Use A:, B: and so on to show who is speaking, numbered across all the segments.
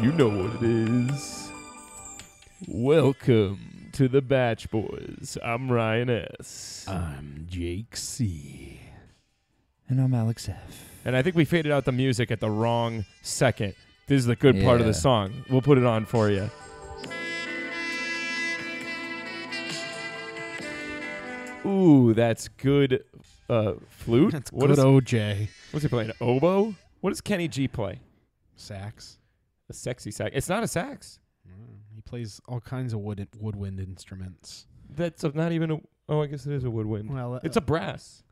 A: You know what it is. Welcome to the Batch Boys. I'm Ryan S.
B: I'm Jake C. And I'm Alex F.
A: And I think we faded out the music at the wrong second. This is the good part of the
B: Yeah.
A: song. We'll put it on for you. Ooh, that's good uh, flute.
B: That's
A: What
B: good
A: is-
B: OJ.
A: what's he playing? Oboe? What does Kenny G play?
B: Sax.
A: A sexy sax. It's not a sax.
B: He plays all kinds of wood woodwind instruments.
A: That's a, not even a. Oh, I guess it is a woodwind.
B: Well, uh,
A: It's a brass.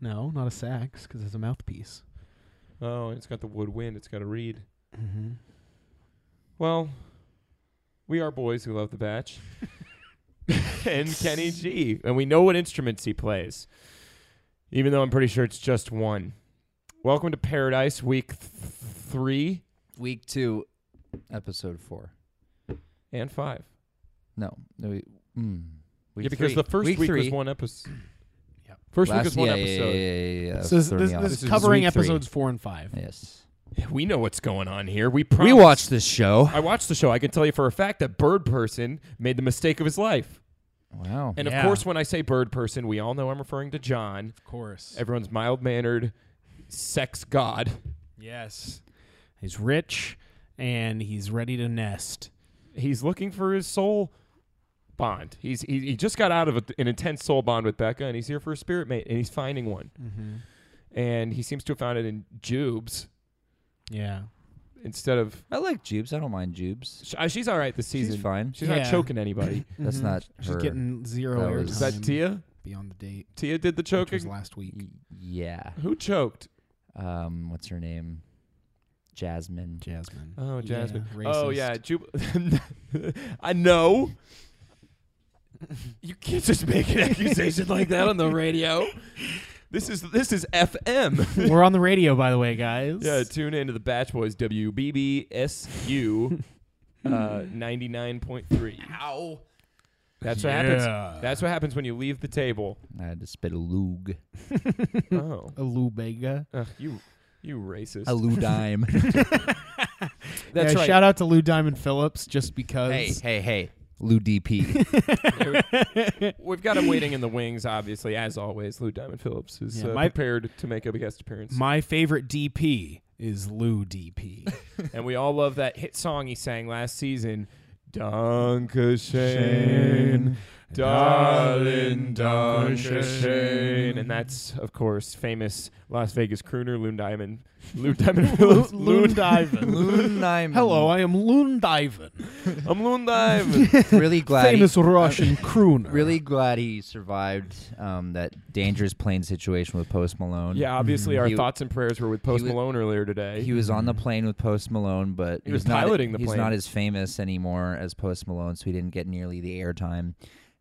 B: no, not a sax because it's a mouthpiece.
A: Oh, it's got the woodwind. It's got a reed.
B: Mm-hmm.
A: Well, we are boys who love the batch. and Kenny G. And we know what instruments he plays, even though I'm pretty sure it's just one. Welcome to Paradise, week th- three
C: Week two, episode four.
A: and five.
C: No, no, we, mm, week
A: yeah, because
C: three.
A: the first week,
C: week
A: was
C: three.
A: one episode.
B: Yep.
A: First
C: Last-
A: week was one
C: yeah, yeah,
A: episode.
C: Yeah, yeah, yeah, yeah.
B: So this,
C: Threw me
B: this,
C: off.
B: this
A: This is
B: covering
A: week three.
B: episodes four and five.
C: yes,
A: We know what's going on here. We
C: we
A: promised-
C: watched this show.
A: I watched the show. I can tell you for a fact that Bird Person made the mistake of his life.
C: Wow,
A: And of
B: Yeah.
A: course, when I say Bird Person, we all know I'm referring to John.
B: Of course.
A: Everyone's mild mannered, sex god.
B: yes. He's rich and he's ready to nest.
A: He's looking for his soul bond. He's he, he just got out of a, an intense soul bond with Becca, and he's here for a spirit mate, and he's finding one.
B: Mm-hmm.
A: And he seems to have found it in Jubes
B: Yeah.
A: instead of
C: I like Jubes. I don't mind Jubes.
A: sh- uh, she's all right this season.
C: She's fine.
A: She's not
B: Yeah.
A: choking anybody.
C: That's
B: Mhm.
C: not
B: She's
C: her.
B: getting zero
C: That
B: airtime.
C: was-
A: Is that Tia?
B: beyond the date?
A: Tia did the
B: Which was
A: choking.
B: last week.
C: Y- yeah.
A: Who choked?
C: Um, what's her name? Jasmine.
B: Jasmine.
A: Oh, Jasmine.
B: Yeah,
A: oh
B: racist.
A: yeah, Jub. I know. You can't just make an accusation like that on the radio. This is this is FM.
B: We're on the radio, by the way, guys.
A: Yeah, tune into the Batch Boys WBBSU uh, ninety nine point three. Ow. That's what happens. That's what happens when you leave the table.
C: I had to spit a lug.
A: oh,
B: a Lubega.
A: Ugh, you, you racist.
C: A lou dime.
A: That's
B: yeah,
A: right.
B: Shout out to Lou Diamond Phillips just because.
C: hey, hey. Lou DP.
A: We've got him waiting in the wings, obviously, as always. Lou Diamond Phillips is
B: Yeah,
A: uh,
B: my-
A: prepared to make a guest appearance,
B: My favorite DP is Lou DP.
A: and we all love that hit song he sang last season. Dunkashane,
B: Shane,
A: darling
B: darling Dunkashane.
A: Dunkashane. And that's, of course, famous Las Vegas crooner Loon Diamond. Loon Diamond.
B: Lou-
A: Phillips.
B: Loon Diamond.
C: Lou Diamond.
B: Hello, I am Loon Diamond,
A: I'm Loon Diamond.
C: Really glad. he-
B: famous Russian crooner.
C: Really
A: Uh,
C: glad he survived um, that dangerous plane situation with Post Malone.
A: yeah, obviously, our
C: He-
A: thoughts and prayers were with Post
C: was-
A: Malone earlier today.
C: He was on the plane with Post Malone, but
A: He was
C: he's not-
A: piloting the
C: he's
A: plane.
C: not as famous anymore as Post Malone, so he didn't get nearly the airtime.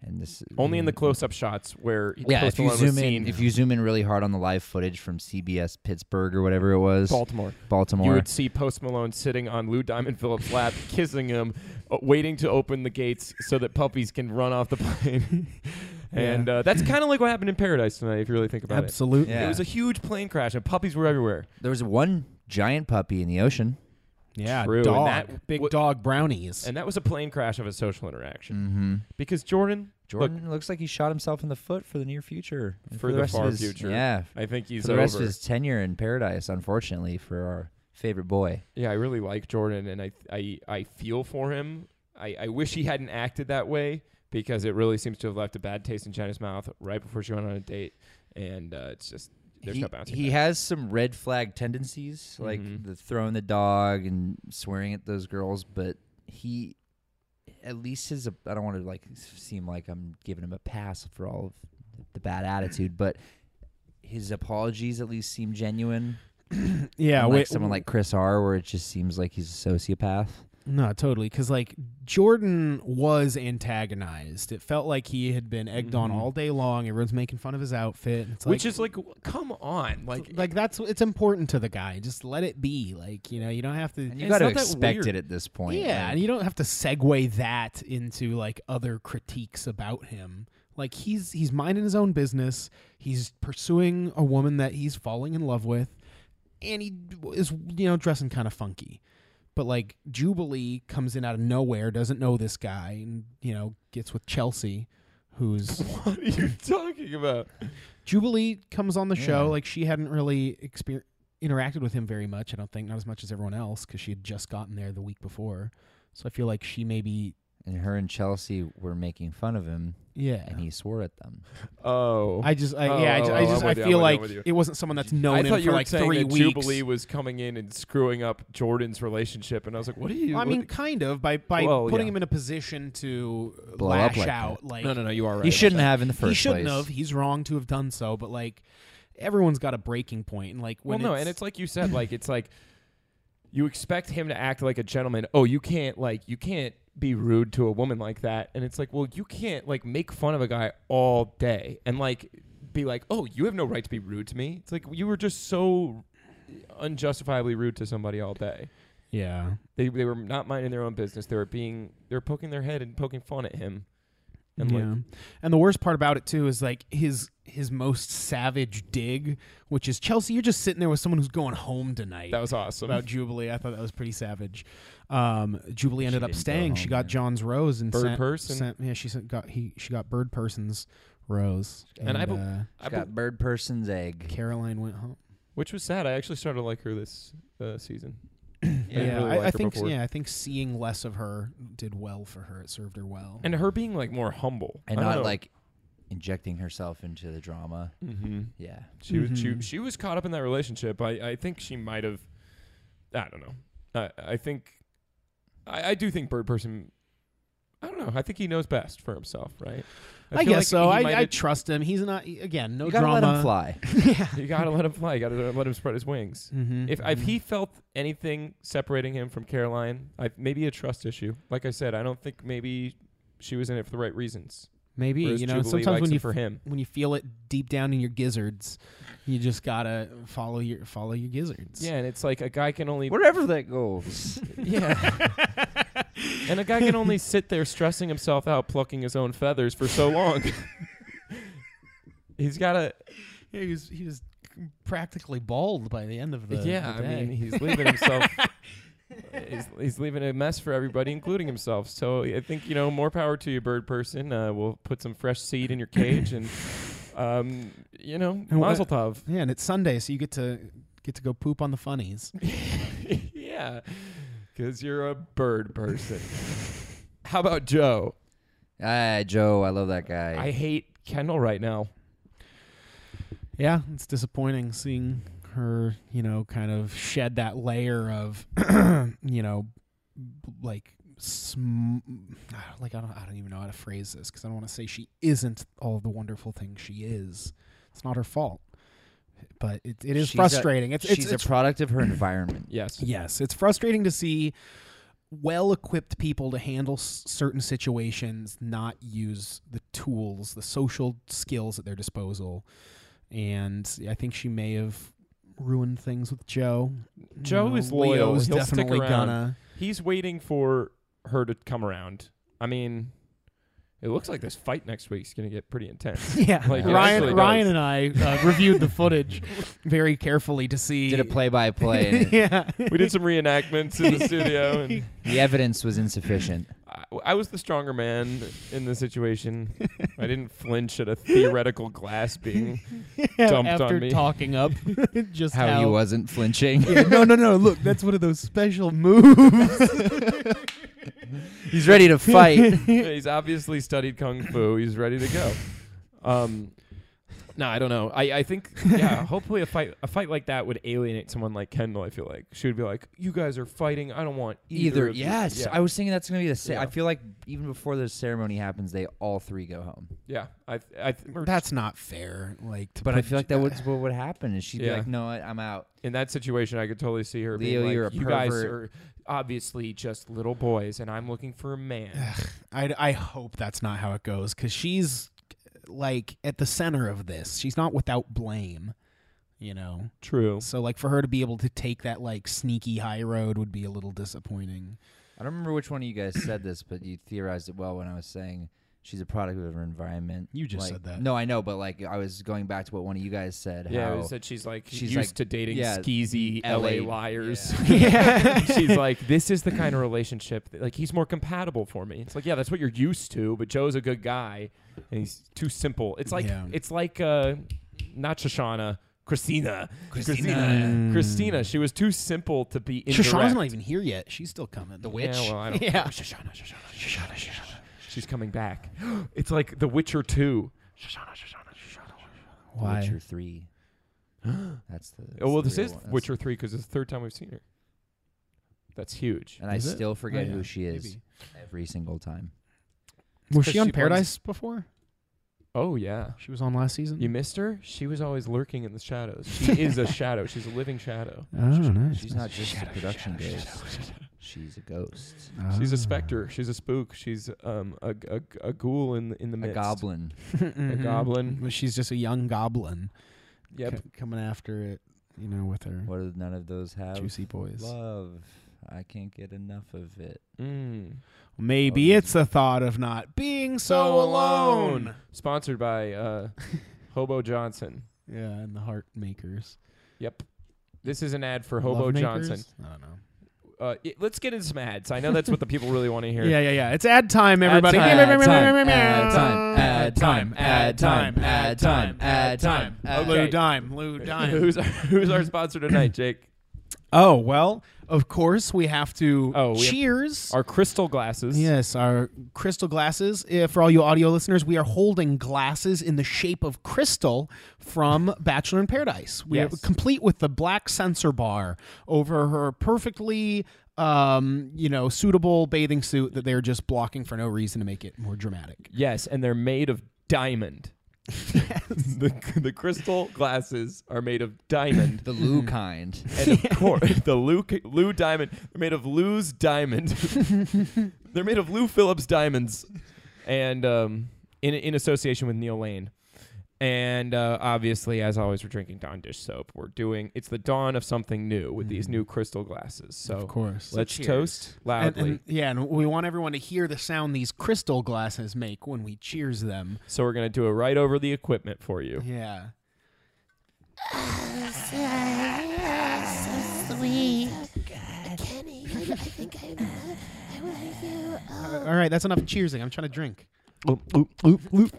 C: And this
A: Only in the close up shots where
C: yeah.
A: Post
C: If you
A: Malone was
C: zoom
A: seen
C: in, if you zoom in really hard on the live footage from CBS Pittsburgh or whatever it was,
A: Baltimore. You
C: Baltimore,
A: would see Post Malone sitting on Lou Diamond Phillips' lap, kissing him, uh, waiting to open the gates so that puppies can run off the plane. and
B: Yeah.
A: uh, that's kind of like what happened in Paradise tonight, if you really think about
B: Absolutely.
A: it.
C: Yeah.
A: It was a huge plane crash, and puppies were everywhere.
C: there was one giant puppy in the ocean.
B: Yeah,
A: True, and
B: dog.
A: that-
B: big
A: what-
B: dog brownies.
A: And that was a plane crash of a social interaction.
C: Mm-hmm.
A: Because Jordan,
C: Jordan looks like he shot himself in the foot for the near future. and
A: For the
C: rest of
A: far
C: his-
A: future.
C: Yeah,
A: I think he's
C: for the
A: over.
C: rest of his tenure in paradise, unfortunately, for our favorite boy.
A: yeah, I really like Jordan, and I I, I feel for him. I, I wish he hadn't acted that way because it really seems to have left a bad taste in Jenna's mouth right before she went on a date, and uh, it's just there's
C: he,
A: no bouncing.
C: he
A: back.
C: has some red flag tendencies, like
A: Mhm.
C: the throwing the dog and swearing at those girls, but he at least his I don't want to like seem like I'm giving him a pass for all of the bad attitude, but his apologies at least seem genuine.
B: yeah,
C: unlike
B: wait,
C: someone like Chris R, where it just seems like he's a sociopath.
B: No, totally. Because like Jordan was antagonized. It felt like he had been egged on
C: Mm-hmm.
A: Mhm.
B: all day long. Everyone's making fun of his outfit. It's
A: Which
B: like,
A: is like, w- come on, like,
B: like that's it's important to the guy. Just let it be. Like you know, you don't have to.
C: And you
A: It's
C: got to
A: not that
C: expect
A: weird.
C: it at this point.
B: yeah,
C: like-
B: and you don't have to segue that into like other critiques about him. Like he's he's minding his own business. He's pursuing a woman that he's falling in love with, and he is you know dressing kind of funky. but like Jubilee comes in out of nowhere, doesn't know this guy, and you know gets with Chelsea, who's
A: What are you talking about?
B: Jubilee comes on the
C: Yeah.
B: show. Like she hadn't really exper- interacted with him very much. I don't think not as much as everyone else because she had just gotten there the week before. So I feel like she maybe
C: And her and Chelsea were making fun of him,
B: yeah.
C: and he swore at them.
A: Oh,
B: I just I,
A: Oh,
B: yeah I
A: oh,
B: just,
A: oh,
B: I, just, I
A: I'm with you,
B: feel
A: I'm with you, I'm
B: like
A: with you.
B: it wasn't someone that's known
A: I
B: him
A: thought you
B: for
A: were
B: like
A: saying
B: three
A: that
B: weeks.
A: Jubilee was coming in and screwing up Jordan's relationship, and I was like, "What are you?"
B: Well, I mean, kind of by by
A: Well,
B: putting
A: yeah.
B: him in a position to
C: Blow
B: lash
C: up like that.
B: out. Like
A: no, you are right.
C: He shouldn't have in the first
B: he shouldn't
C: place.
B: have. He's wrong to have done so, but like everyone's got a breaking point, and like
A: Well,
B: when
A: no,
B: it's,
A: and it's like you said, like it's like you expect him to act like a gentleman. Oh, you can't like you can't be rude to a woman like that. And it's like, well, you can't like make fun of a guy all day and like be like, oh, you have no right to be rude to me. It's like you were just so unjustifiably rude to somebody all day.
B: yeah,
A: They they were not minding their own business. They were being they were poking their head and poking fun at him. And like,
B: yeah. and the worst part about it too is like his his most savage dig, which is Chelsea. You're just sitting there with someone who's going home tonight.
A: that was awesome.
B: about Jubilee, I thought that was pretty savage. Um, Jubilee ended up
C: didn't go
B: staying. She
C: home,
B: got
C: yeah.
B: John's rose and
A: Bird
B: sent,
A: person.
B: sent- yeah, she sent, got he she got bird person's rose,
A: And I be-
B: uh,
A: I be-
C: got bird person's egg.
B: Caroline went home.
A: which was sad. I actually started to like her this uh, season.
B: Yeah,
A: didn't really
B: I,
A: like
B: I
A: her
B: think
A: before.
B: yeah, I think seeing less of her did well for her. It served her well.
A: And her being like more humble
C: And
A: I don't
C: not
A: know.
C: like injecting herself into the drama.
A: Mhm.
C: Yeah.
A: She was she
B: Mhm.
A: she was caught up in that relationship. I, I think she might have. I don't know. I I think, I, I do think Bird Person. I don't know. I think he knows best for himself, right?
B: I,
A: feel
B: guess
A: like
B: so.
A: he
B: I,
A: might
B: I
A: have-
B: trust him. He's not e, again no
C: you gotta
B: drama.
C: let him fly.
A: you gotta let him fly. You gotta let him spread his wings.
B: Mhm.
A: If if
B: Mhm.
A: he felt anything separating him from Caroline, I, maybe a trust issue. Like I said, I don't think maybe she was in it for the right reasons.
B: maybe
A: Whereas
B: you know
A: Jubilee
B: sometimes
A: likes
B: when
A: it
B: you
A: for him,
B: when you feel it deep down in your gizzards, you just gotta follow your follow your gizzards.
A: yeah, and it's like a guy can only
C: Wherever that goes.
A: Yeah. and a guy can only sit there stressing himself out plucking his own feathers for so long. He's got to
B: Yeah, he was he was practically bald by the end of the
A: Yeah,
B: the
A: I mean,
B: day.
A: he's leaving himself he's, he's leaving a mess for everybody including himself. So I think, you know, more power to you bird person. Uh, we'll put some fresh seed in your cage and um, you know,
B: And wha-
A: mazel tov.
B: yeah, and it's Sunday, so you get to get to go poop on the funnies.
A: yeah. Cuz you're a bird person. How about Joe?
C: Ah, Joe, I love that guy.
A: I hate Kendall right now.
B: Yeah, it's disappointing seeing her, you know, kind of shed that layer of, you know, like, sm- like I don't, I don't even know how to phrase this because I don't want to say she isn't all the wonderful things she is. It's not her fault, but it, it is
C: She's a-
B: frustrating. it's it's,
C: She's
B: it's
C: a product of her environment.
A: Yes.
B: Yes, it's frustrating to see well-equipped people to handle s- certain situations not use the tools, the social skills at their disposal. And I think she may have ruined things with Joe. You
A: Joe
B: know,
A: is loyal.
B: Leo's
A: He'll stick
B: definitely
A: around.
B: gonna.
A: He's waiting for her to come around. I mean, it looks like this fight next week's going to get pretty intense.
B: Yeah,
A: Like,
C: it actually
B: Ryan,
C: does.
B: Ryan and I uh, reviewed the footage very carefully to see.
C: Did a play by play.
B: yeah,
A: we did some reenactments in the studio, and
C: The evidence was insufficient.
A: I, I was the stronger man in the situation. I didn't flinch at a theoretical glass being. dumped on
B: after
A: me.
B: talking up just
C: How he wasn't flinching.
B: Yeah, no, no, no. Look, that's one of those special moves.
C: He's ready to fight.
A: He's obviously studied kung fu. He's ready to go. Um, no, I don't know. I, I think yeah. Hopefully, a fight a fight like that would alienate someone like Kendall. I feel like she would be like, "You guys are fighting. I don't want either."
C: Either.
A: of you."
C: Yes.
A: Yeah.
C: I was thinking that's going to be the same.
A: Yeah.
C: I feel like even before the ceremony happens, they all three go home.
A: Yeah, I, I th- or
B: that's not fair. Like, to
C: But I
B: put-
C: feel like that was what would happen is she'd be
A: Yeah.
C: like, no, I, I'm out.
A: in that situation, I could totally see her
C: Leo,
A: being like,
C: you're a
A: "You guys
C: pervert."
A: are obviously just little boys, and I'm looking for a man."
B: I, I hope that's not how it goes because she's like at the center of this. She's not without blame, you know.
A: True.
B: So like for her to be able to take that like sneaky high road would be a little disappointing.
C: I don't remember which one of you guys said this, but you theorized it well when I was saying she's a product of her environment.
B: You just
C: Like-
B: said that.
C: No, I know, but like I was going back to what one of you guys said.
A: Yeah,
C: how,
A: who said she's like
C: she's
A: used
C: like,
A: to dating
C: yeah,
A: skeezy LA,
C: LA
A: liars.
B: Yeah.
A: she's like, this is the kind of relationship that, like he's more compatible for me. It's like, yeah, that's what you're used to, but Joe's a good guy and he's too simple. It's like
B: Yeah.
A: it's like uh not Shoshana, Christina.
C: Christina. Mm.
A: Christina, she was too simple to be
B: Shoshana's
A: indirect.
B: not even here yet. She's still coming. The witch.
A: Yeah, well, I don't
B: Yeah.
A: Shoshana, Shoshana, Shoshana, Shoshana. She's coming back. It's like The Witcher 2. Shoshana, Shoshana, Shoshana.
B: Why?
C: Witcher three. That's the.
A: Oh, well, this
C: that's the
A: is
C: real one. That's-
A: Witcher 3 because it's the third time we've seen her. That's huge.
C: and I
B: Is it? Oh,
C: still forget
B: yeah,
C: who she is
B: maybe.
C: every single time.
B: Was
A: 'cause
B: she on
A: she plays-
B: Paradise before?
A: Oh, yeah.
B: She was on last season.
A: You missed her? She was always lurking in the shadows. She is a shadow. She's a living shadow.
B: oh, nice.
C: She's not just a production ghost. She's a ghost.
A: She's
B: Ah.
A: a specter. She's a spook. She's um a, a, a ghoul in the, in the
C: A
A: midst.
C: goblin.
B: Mhm.
A: goblin.
B: But she's just a young goblin.
A: Yep.
B: c- coming after it, you know, with her
C: What do none of those have?
B: juicy boys.
C: Love. I can't get enough of it.
A: Mm.
B: Maybe
C: Oh,
B: it's the thought of not being so alone.
A: Sponsored by uh, Hobo Johnson.
B: Yeah, and the heart makers.
A: Yep. This is an ad for Hobo
B: Love makers?
A: Johnson.
B: I don't know.
A: Uh, y- let's get into some ads. I know that's what the people really want to hear.
B: Yeah, yeah, yeah. It's ad time, everybody.
A: time,
C: ad time, ad time, ad time, ad time, ad time, ad
B: Lou
A: time.
B: Dime, Lou Dime.
A: who's our, who's our sponsor tonight, Jake?
B: Oh, well, of course, we have to
A: Oh, we have-
B: cheers.
A: Our crystal glasses.
B: Yes, our crystal glasses. Uh, for all you audio listeners, we are holding glasses in the shape of crystal from Bachelor in Paradise. We
A: Yes.
B: are complete with the black sensor bar over her perfectly, um, you know, suitable bathing suit that they're just blocking for no reason to make it more dramatic.
A: Yes, and they're made of diamond. the, the crystal glasses are made of diamond.
C: The Lou kind.
A: And of course, the Lou, Lou diamond. They're made of Lou's diamond. they're made of Lou Phillips diamonds. And um, in, in association with Neil Lane. And uh, obviously, as always, we're drinking Dawn dish soap. We're doing it's the dawn of something new with these new crystal glasses. So
B: Mm-hmm. course.
A: let's toast
B: And,
A: loudly.
B: and- yeah, and we want everyone to hear the sound these crystal glasses make when we cheers them.
A: so we're gonna do it right over the equipment for you.
B: Yeah.
D: so sweet. Kenny, I, I think I, I love you. Oh.
B: All right, that's enough cheersing. I'm trying to drink.
A: Um,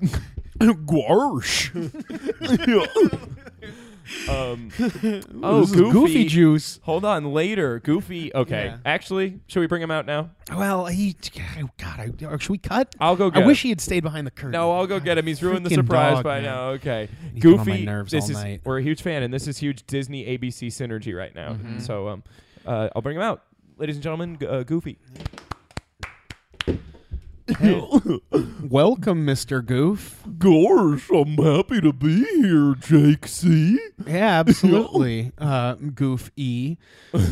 A: oh, Goofy.
B: juice.
A: Hold on, later. Goofy. Okay,
B: Yeah.
A: actually, should we bring him out now?
B: Well, he. Oh God, I, or should we cut?
A: I'll go.
B: I
A: Get
B: wish he
A: Him.
B: had stayed behind the curtain.
A: No, I'll go get him. He's ruined the
B: Freaking
A: surprise
B: dog,
A: by
B: man.
A: now. Okay,
B: He's been on
A: Goofy.
B: my nerves
A: this
B: all
A: is
B: night.
A: we're a huge fan, and this is huge Disney ABC synergy right now.
B: Mm-hmm.
A: So, um, uh, I'll bring him out, ladies and gentlemen. G- uh, Goofy.
B: Welcome, Mr. Goof.
A: Gosh, I'm happy to be here, Jake C.
B: Yeah, absolutely. uh, Goof E.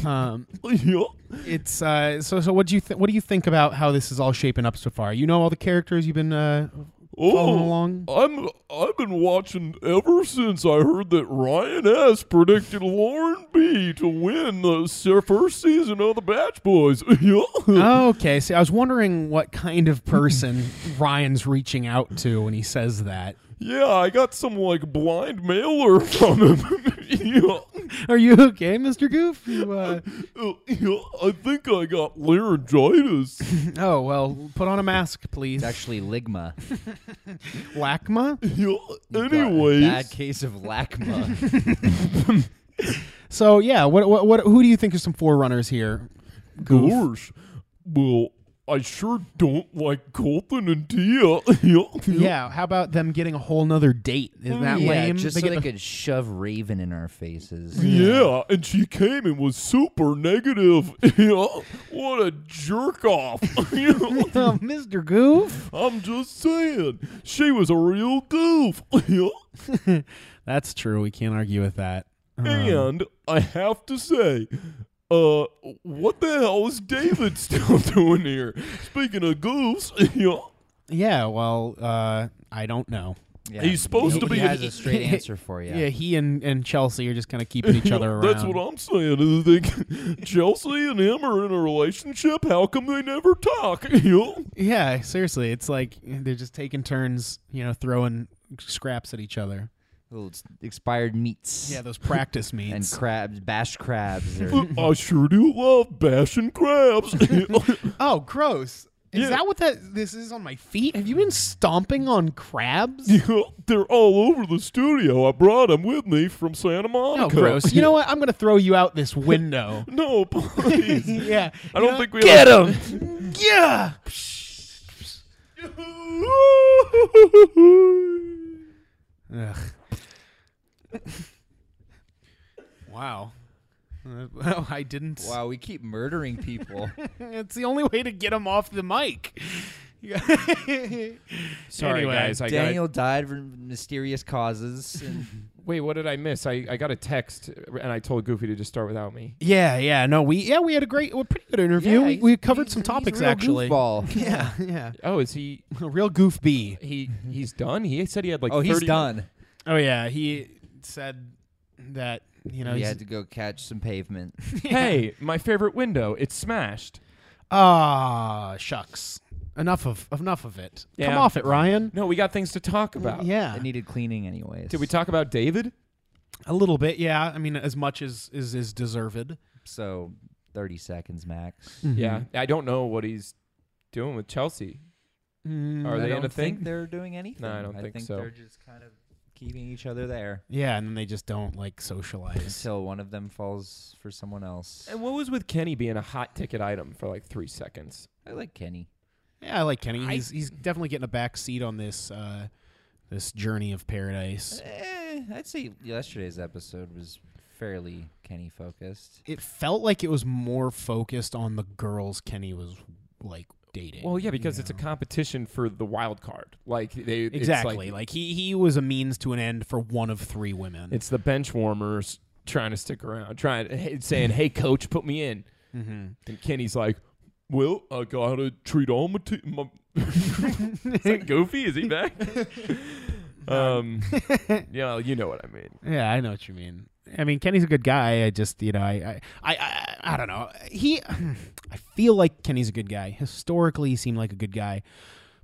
B: Um, it's uh, so. So, what do you th- what do you think about how this is all shaping up so far? You know all the characters you've been uh, following along.
A: Oh, I'm I've been watching ever since I heard that Ryan S predicted Lauren B to win the se- first season of The Batch Boys.
B: okay, see, I was wondering what kind of person Ryan's reaching out to when he says that.
A: yeah, I got some like blind mailer from him.
B: Are you okay, Mr. Goof? You, uh,
A: I think I got laryngitis.
B: oh well, put on a mask, please.
C: It's actually Ligma.
B: Lacma.
A: Anyways,
C: Bad case of Lacma.
B: So yeah, what what, what who do you think are some forerunners here? Goof.
A: gosh, well, I sure don't like Colton and Tia.
B: Yeah, how about them getting a whole nother date? Isn't that
C: yeah,
B: lame?
C: just
B: They
C: so
B: get
C: they
B: the-
C: could shove Raven in our faces.
A: Yeah, and she came and was super negative. what a jerk off.
B: Oh, Mr. Goof.
A: I'm just saying, she was a real goof.
B: That's true. We can't argue with that. Um,
A: and I have to say, uh, what the hell is David still doing here? Speaking of goofs,
B: yeah, well, uh, I don't know.
C: Yeah.
A: He's supposed
C: He-
A: to be
C: He
A: a-
C: has a straight answer for you.
B: Yeah, he and, and Chelsea are just kind of keeping each other around.
A: That's what I'm saying. Is they, Chelsea and him are in a relationship. How come they never talk? You know?
B: yeah, seriously, it's like they're just taking turns, you know, throwing scraps at each other.
C: Little s- expired meats.
B: Yeah, those practice
C: and
B: meets.
C: crabs, bashed crabs. Or,
A: But I sure do love bashing crabs.
B: oh, gross. Is
A: Yeah.
B: that what that this is on my feet? Have you been stomping on crabs?
A: You know, They're all over the studio. I brought them with me from Santa Monica.
B: Oh, gross. You know what? I'm going to throw you out this window.
A: No, please.
B: yeah.
A: I don't think we
C: Get
A: ought-
C: him!
B: Yeah. Ugh. wow. Uh, well, I didn't.
C: Wow, we keep murdering people.
B: It's the only way to get him off the mic.
A: Sorry,
B: Anyway,
A: guys. I got
C: Daniel died from mysterious causes. And
A: Wait, what did I miss? I, I got a text and I told Goofy to just start without me.
B: yeah, yeah. No, we yeah we had a great, well, pretty good interview.
C: Yeah,
B: we,
C: he's-
B: we covered
C: he's-
B: some
C: he's a
B: topics
C: real
B: actually.
C: goofball.
B: Yeah, yeah.
A: Oh, is he
B: A real goof bee.
A: he he's done? He said he had like
C: oh,
A: 30
C: he's done.
B: Oh yeah, he said that you know
C: he
B: he's-
C: had to go catch some pavement.
A: Hey, my favorite window. It's smashed.
B: Ah, shucks. Enough of enough of it. Come
A: Yeah.
B: off it, Ryan.
A: No, we got things to talk about.
B: Yeah,
C: It needed cleaning, anyways.
A: Did we talk about David?
B: a little bit. Yeah, I mean, as much as is is deserved.
C: so thirty seconds max.
A: Yeah. I don't know what he's doing with Chelsea.
B: Mm,
A: Are
C: I
A: they in
C: don't
A: a thing?
C: think they're doing anything.
A: No, I don't think so.
C: They're just kind of keeping each other there
B: yeah, and then they just don't like socialize.
C: until one of them falls for someone else.
A: And what was with Kenny being a hot ticket item for like three seconds?
C: I like Kenny.
B: Yeah, I like Kenny.
A: I-
B: He's he's definitely getting a back seat on this uh, this journey of paradise.
C: Eh, I'd say yesterday's episode was fairly Kenny focused.
B: It felt like it was more focused on the girls Kenny was like dating.
A: Well, yeah, because
B: you
A: it's a
B: know?
A: competition for the wild card. Like they it's
B: exactly
A: like,
B: like, he he was a means to an end for one of three women.
A: it's the bench warmers trying to stick around, trying hey, saying, "Hey, coach, put me in."
B: mm-hmm.
A: And Kenny's like, "Well, I gotta treat all my." T- my is that Goofy? Is he back? um, yeah, you know what I mean.
B: Yeah, I know what you mean. I mean, Kenny's a good guy. I just, you know, I, I, I, I, I don't know. He, I feel like Kenny's a good guy. Historically, he seemed like a good guy,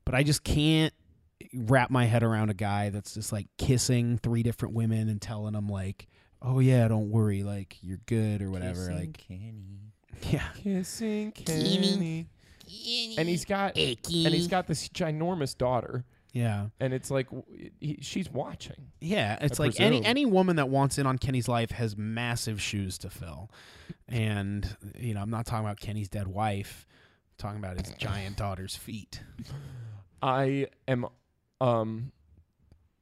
B: but I just can't wrap my head around a guy that's just like kissing three different women and telling them like, "Oh yeah, don't worry, like you're good or whatever."
C: Kissing
B: Like,
C: Kenny.
B: yeah,
A: Kissing Kenny, and he's got and he's got this ginormous daughter,
B: yeah,
A: and it's like w- he, she's watching.
B: yeah. It's
A: I
B: like any
A: presume.
B: any woman that wants in on Kenny's life has massive shoes to fill, and you know, I'm not talking about Kenny's dead wife. I'm talking about his giant daughter's feet.
A: I am, um,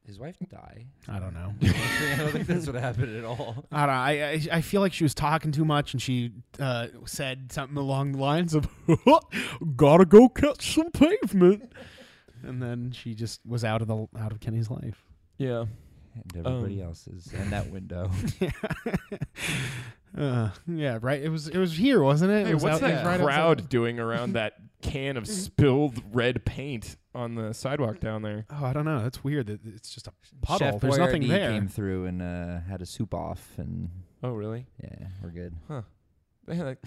C: His wife die.
B: I don't know.
C: I don't think that's what happened at all.
B: I don't. I, I I feel like she was talking too much, and she uh, said something along the lines of "Gotta go catch some pavement," and then she just was out of the out of Kenny's life.
A: yeah.
C: And everybody
A: Um.
C: else's and that window.
B: Uh, yeah, right. It was it was here, wasn't it? It
A: Hey,
B: was
A: what's
B: out- it
A: that
B: was right
A: crowd
B: outside-
A: doing around that can of spilled red paint on the sidewalk down there?
B: Oh, I don't know. That's weird. That it's just a puddle.
C: Chef
B: There's nothing
C: Boyardee
B: there.
C: Came through and uh, had a soup off, and
A: Oh, really?
C: yeah, we're good.
A: Man, that,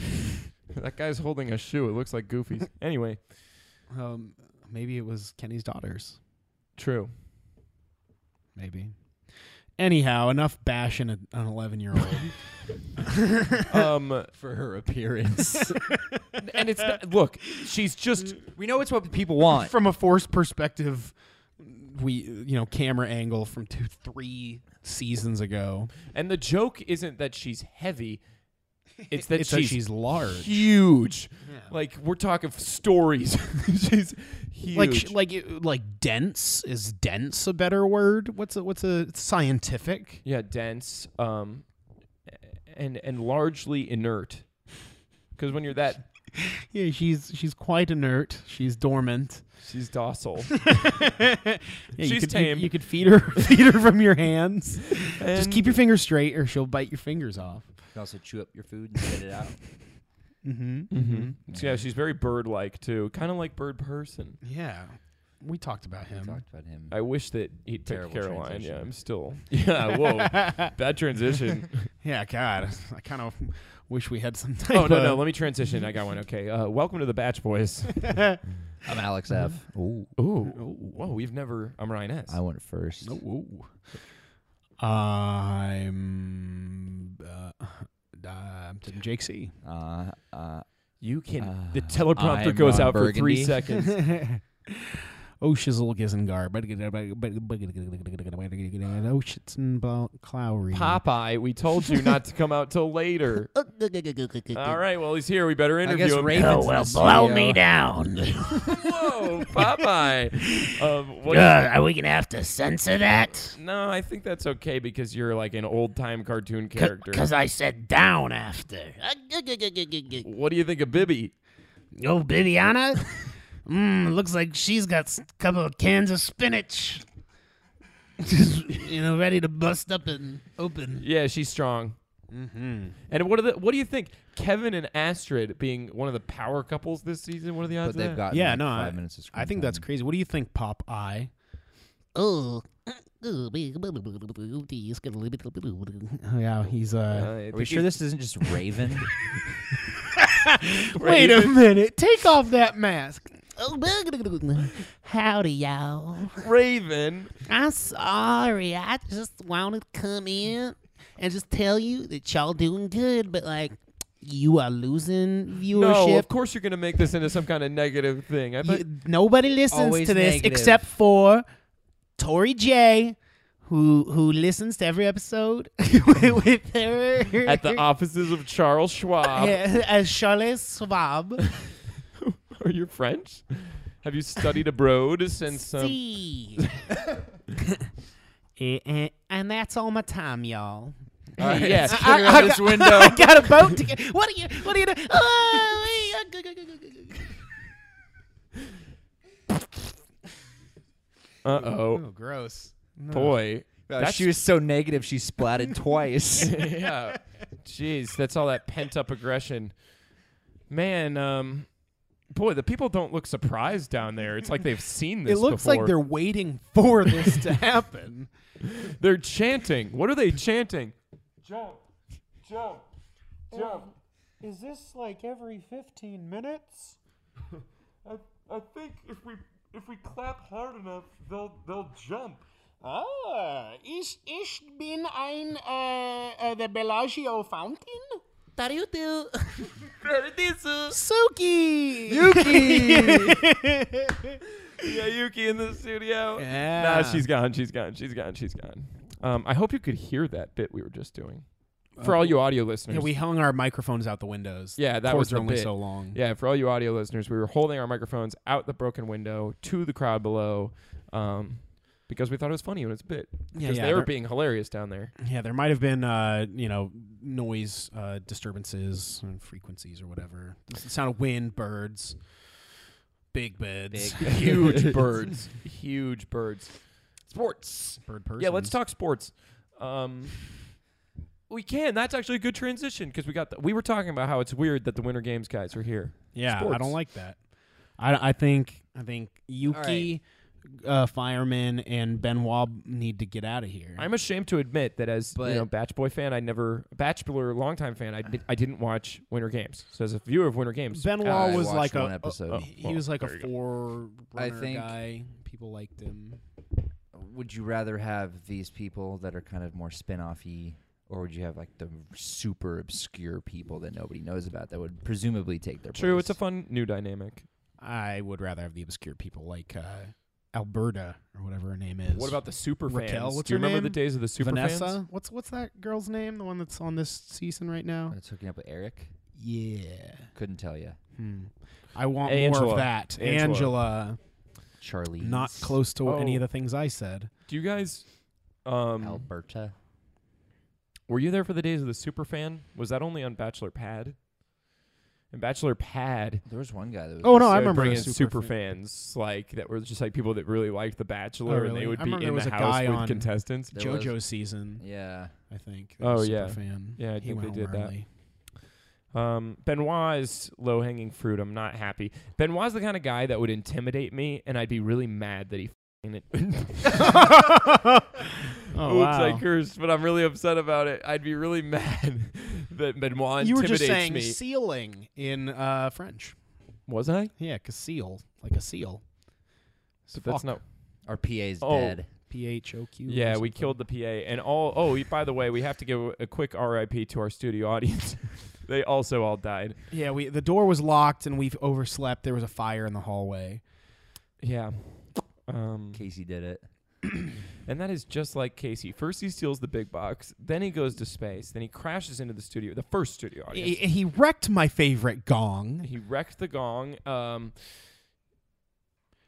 A: that guy's holding a shoe. It looks like Goofy's. anyway,
B: Um, maybe it was Kenny's daughters.
A: true.
B: Maybe. Anyhow, enough bashing a, an eleven year old.
A: Um,
C: For her appearance,
A: and it's not, look, she's just
C: we know it's what people want.
B: from a forced perspective we you know camera angle from two three seasons ago
A: and the joke isn't that she's heavy. It's that
B: it's that
A: she's,
B: she's large
A: huge. Like we're talking stories. she's huge.
B: like sh- like it- like dense is dense a better word what's a what's a it's scientific
A: yeah, dense um and and largely inert. Cuz when you're that
B: yeah she's she's quite inert she's dormant
A: she's docile.
B: Yeah, you
A: She's
B: could,
A: tame.
B: You, you could feed her feed her from your hands just
A: And-
B: keep your fingers straight or she'll bite your fingers off
C: You can also chew up your food and spit it out.
B: mm-hmm.
A: Mm-hmm. Yeah, she's very bird-like too, kind of like bird person.
B: yeah we talked about
C: We
B: him.
C: talked about him.
A: I wish that he'd pick
C: Terrible
A: Caroline.
C: transition.
A: Yeah, I'm still. Yeah, whoa, bad transition.
B: yeah, God, I kind of wish we had some type.
A: oh no,
B: of-
A: no, let me transition. I got one. Okay, uh, welcome to the Batch Boys.
C: I'm Alex F. Ooh,
A: Ooh, Uh, whoa, we've never. I'm Ryan S.
C: I went first.
B: Ooh. I'm uh, I'm Tim Jake C.
C: Uh, uh,
A: You can.
C: Uh,
A: the teleprompter
C: I'm
A: goes
C: Ron
A: out for three
C: Burgundy.
A: seconds.
B: Oh shizzle gizengar, oh shits and blo- clowry.
A: Popeye, we told you not to come out till later. All right, well he's here. We better
C: I
A: interview
C: guess
A: him.
C: Raven's in the studio.
D: down.
A: Whoa, Popeye. um, what-
D: are Uh, we gonna have to censor that?
A: no, I think that's okay because you're like an old time cartoon character.
D: I said down after.
A: what do you think of Bibby?
D: Yo, Bibiana? Mmm, looks like she's got a couple of cans of spinach. Just, you know, ready to bust up and open.
A: Yeah, she's strong.
B: Mm-hmm.
A: And what are the what do you think? Kevin and Astrid being one of the power couples this season. What are the odds?
C: but they've
A: of that?
C: got
B: Yeah, no,
C: five
B: I-
C: minutes of screen
B: I think that's
C: time.
B: crazy. What do you think, Popeye?
D: Oh. Oh,
B: Oh, yeah, he's
A: Uh, I
B: uh.
A: think
C: Are we sure
A: he's-
C: this isn't just Raven?
B: Wait a minute! Take off that mask.
D: Howdy, y'all.
A: Raven?
D: I'm sorry. I just wanted to come in and just tell you that y'all doing good, but like, you are losing viewership.
A: No, of course you're gonna make this into some kind of negative thing. I bet.
D: You- nobody listens
C: Always
D: to this
C: negative.
D: except for Tori J, who who listens to every episode with, with her
A: at the offices of Charles Schwab.
D: Yeah, as Charlotte Schwab.
A: Are you French? Have you studied abroad since? Um,
D: See. Eh, eh, and that's all my time, y'all.
A: all right, yes.
D: I-
A: clear
D: I- I
A: out this window.
D: I got a boat to get. What are you? What are you doing? Oh, eh, uh, go, go, go, go, go, go.
A: Uh oh,
B: gross.
A: boy.
C: Uh, she was so negative she splatted twice.
A: yeah. Jeez, that's all that pent up aggression. Man, um, boy, the people don't look surprised down there. It's like they've seen
B: It
A: this.
B: looks
A: before.
B: like they're waiting for this to happen.
A: They're chanting. What are they chanting?
E: Jump, jump, jump. Is this like every 15 minutes? I, I think if we if we clap hard enough, they'll they'll jump.
F: Ah, ich, ich bin ein
A: eh,
F: äh, äh, der Bellagio Fountain.
D: Tariutu.
B: Suki.
A: Yeah, Yuki in the studio.
B: Yeah.
A: Nah, she's gone. She's gone. She's gone. She's gone. Um, I hope you could hear that bit we were just doing. For all you audio listeners,
B: Uh, Yeah, we hung our microphones out the windows.
A: Yeah, that
B: Cords
A: was the
B: are only
A: bit.
B: so long.
A: Yeah, for all you audio listeners, we were holding our microphones out the broken window to the crowd below, um, because we thought it was funny and it's a bit.
B: Yeah,
A: Because
B: yeah,
A: they were
B: they're-
A: being hilarious down there.
B: Yeah, there might have been uh, you know noise uh, disturbances and frequencies or whatever. The sound of wind, birds, big birds,
C: Big
A: Huge birds. Huge birds. Sports.
B: bird person.
A: Yeah, let's talk sports. Um, we can. That's actually a good transition because we got. The, we were talking about how it's weird that the Winter Games guys are here.
B: Yeah,
A: sports.
B: I don't like that. I, I think I think Yuki, uh, fireman, and Benoit need to get out of here.
A: I'm ashamed to admit that as you
C: But-
A: know, Batch Boy fan, I never Bachelor longtime fan. I did, I didn't watch Winter Games. So as a viewer of Winter Games,
B: Benoit
C: I
B: was
C: watched
B: like a
C: one episode.
B: uh, he
A: Oh,
B: was like a
A: there you go.
B: four
C: I
B: runner
C: think-
B: guy. People liked him.
C: would you rather have these people that are kind of more spin-offy or would you have like the super obscure people that nobody knows about that would presumably take their
A: true,
C: place?
A: it's a fun new dynamic.
B: I would rather have the obscure people like uh, Alberta or whatever her name is.
A: What about the super
B: Raquel,
A: fans?
B: what's
A: Do you
B: her
A: remember the
B: name?
A: days of the super
B: Vanessa?
A: fans?
B: What's what's that girl's name? The one that's on this season right now?
C: It's hooking up with Eric.
B: Yeah.
C: Couldn't tell you.
B: Hmm. I want more
A: Angela.
B: of that.
A: Angela.
B: Angela.
C: Charlie.
B: Not close to any
A: Oh.
B: of the things I said.
A: Do you guys? Um,
C: Alberta.
A: Were you there for the days of the super fan? Was that only on Bachelor Pad? And Bachelor Pad.
C: There was one guy that was.
B: Oh, no, I
A: they would
B: remember
A: bring
B: the
A: in super,
B: super
A: fans like that were just like people that really liked The Bachelor,
B: Oh,
A: and they
B: really?
A: would
B: I
A: be
B: remember
A: in
B: there was
A: the
B: a
A: house
B: guy
A: with
B: on-
A: contestants.
C: There was-
B: JoJo season,
C: Yeah.
B: I think.
A: Oh,
B: Super
A: yeah.
B: Fan.
A: Yeah, I
B: he
A: think
B: went
A: they
B: home
A: did that.
B: early.
A: Um, Benoit is low hanging fruit. I'm not happy. Benoit's the kind of guy that would intimidate me, and I'd be really mad that he. It
B: Oh,
A: Oops, I
B: wow.
A: cursed, but I'm really upset about it. I'd be really mad that Benoit
B: you were
A: intimidates
B: just saying
A: me.
B: sealing in uh, French.
A: Was I?
B: Yeah, cause seal, like a seal.
A: But that's not.
C: Our PA's
A: Oh.
C: dead.
B: P H O Q. or
A: Yeah, we
B: something.
A: killed the PA and all. Oh, y- by the way, we have to give a quick RIP to our studio audience. they also all died.
B: Yeah, we the door was locked and we've overslept. There was a fire in the hallway.
A: Yeah. Um,
C: Casey did it.
A: and that is just like Casey. First he steals the big box, then he goes to space, then he crashes into the studio, the first studio
B: He,
A: audience.
B: he wrecked my favorite gong.
A: He wrecked the gong. Um,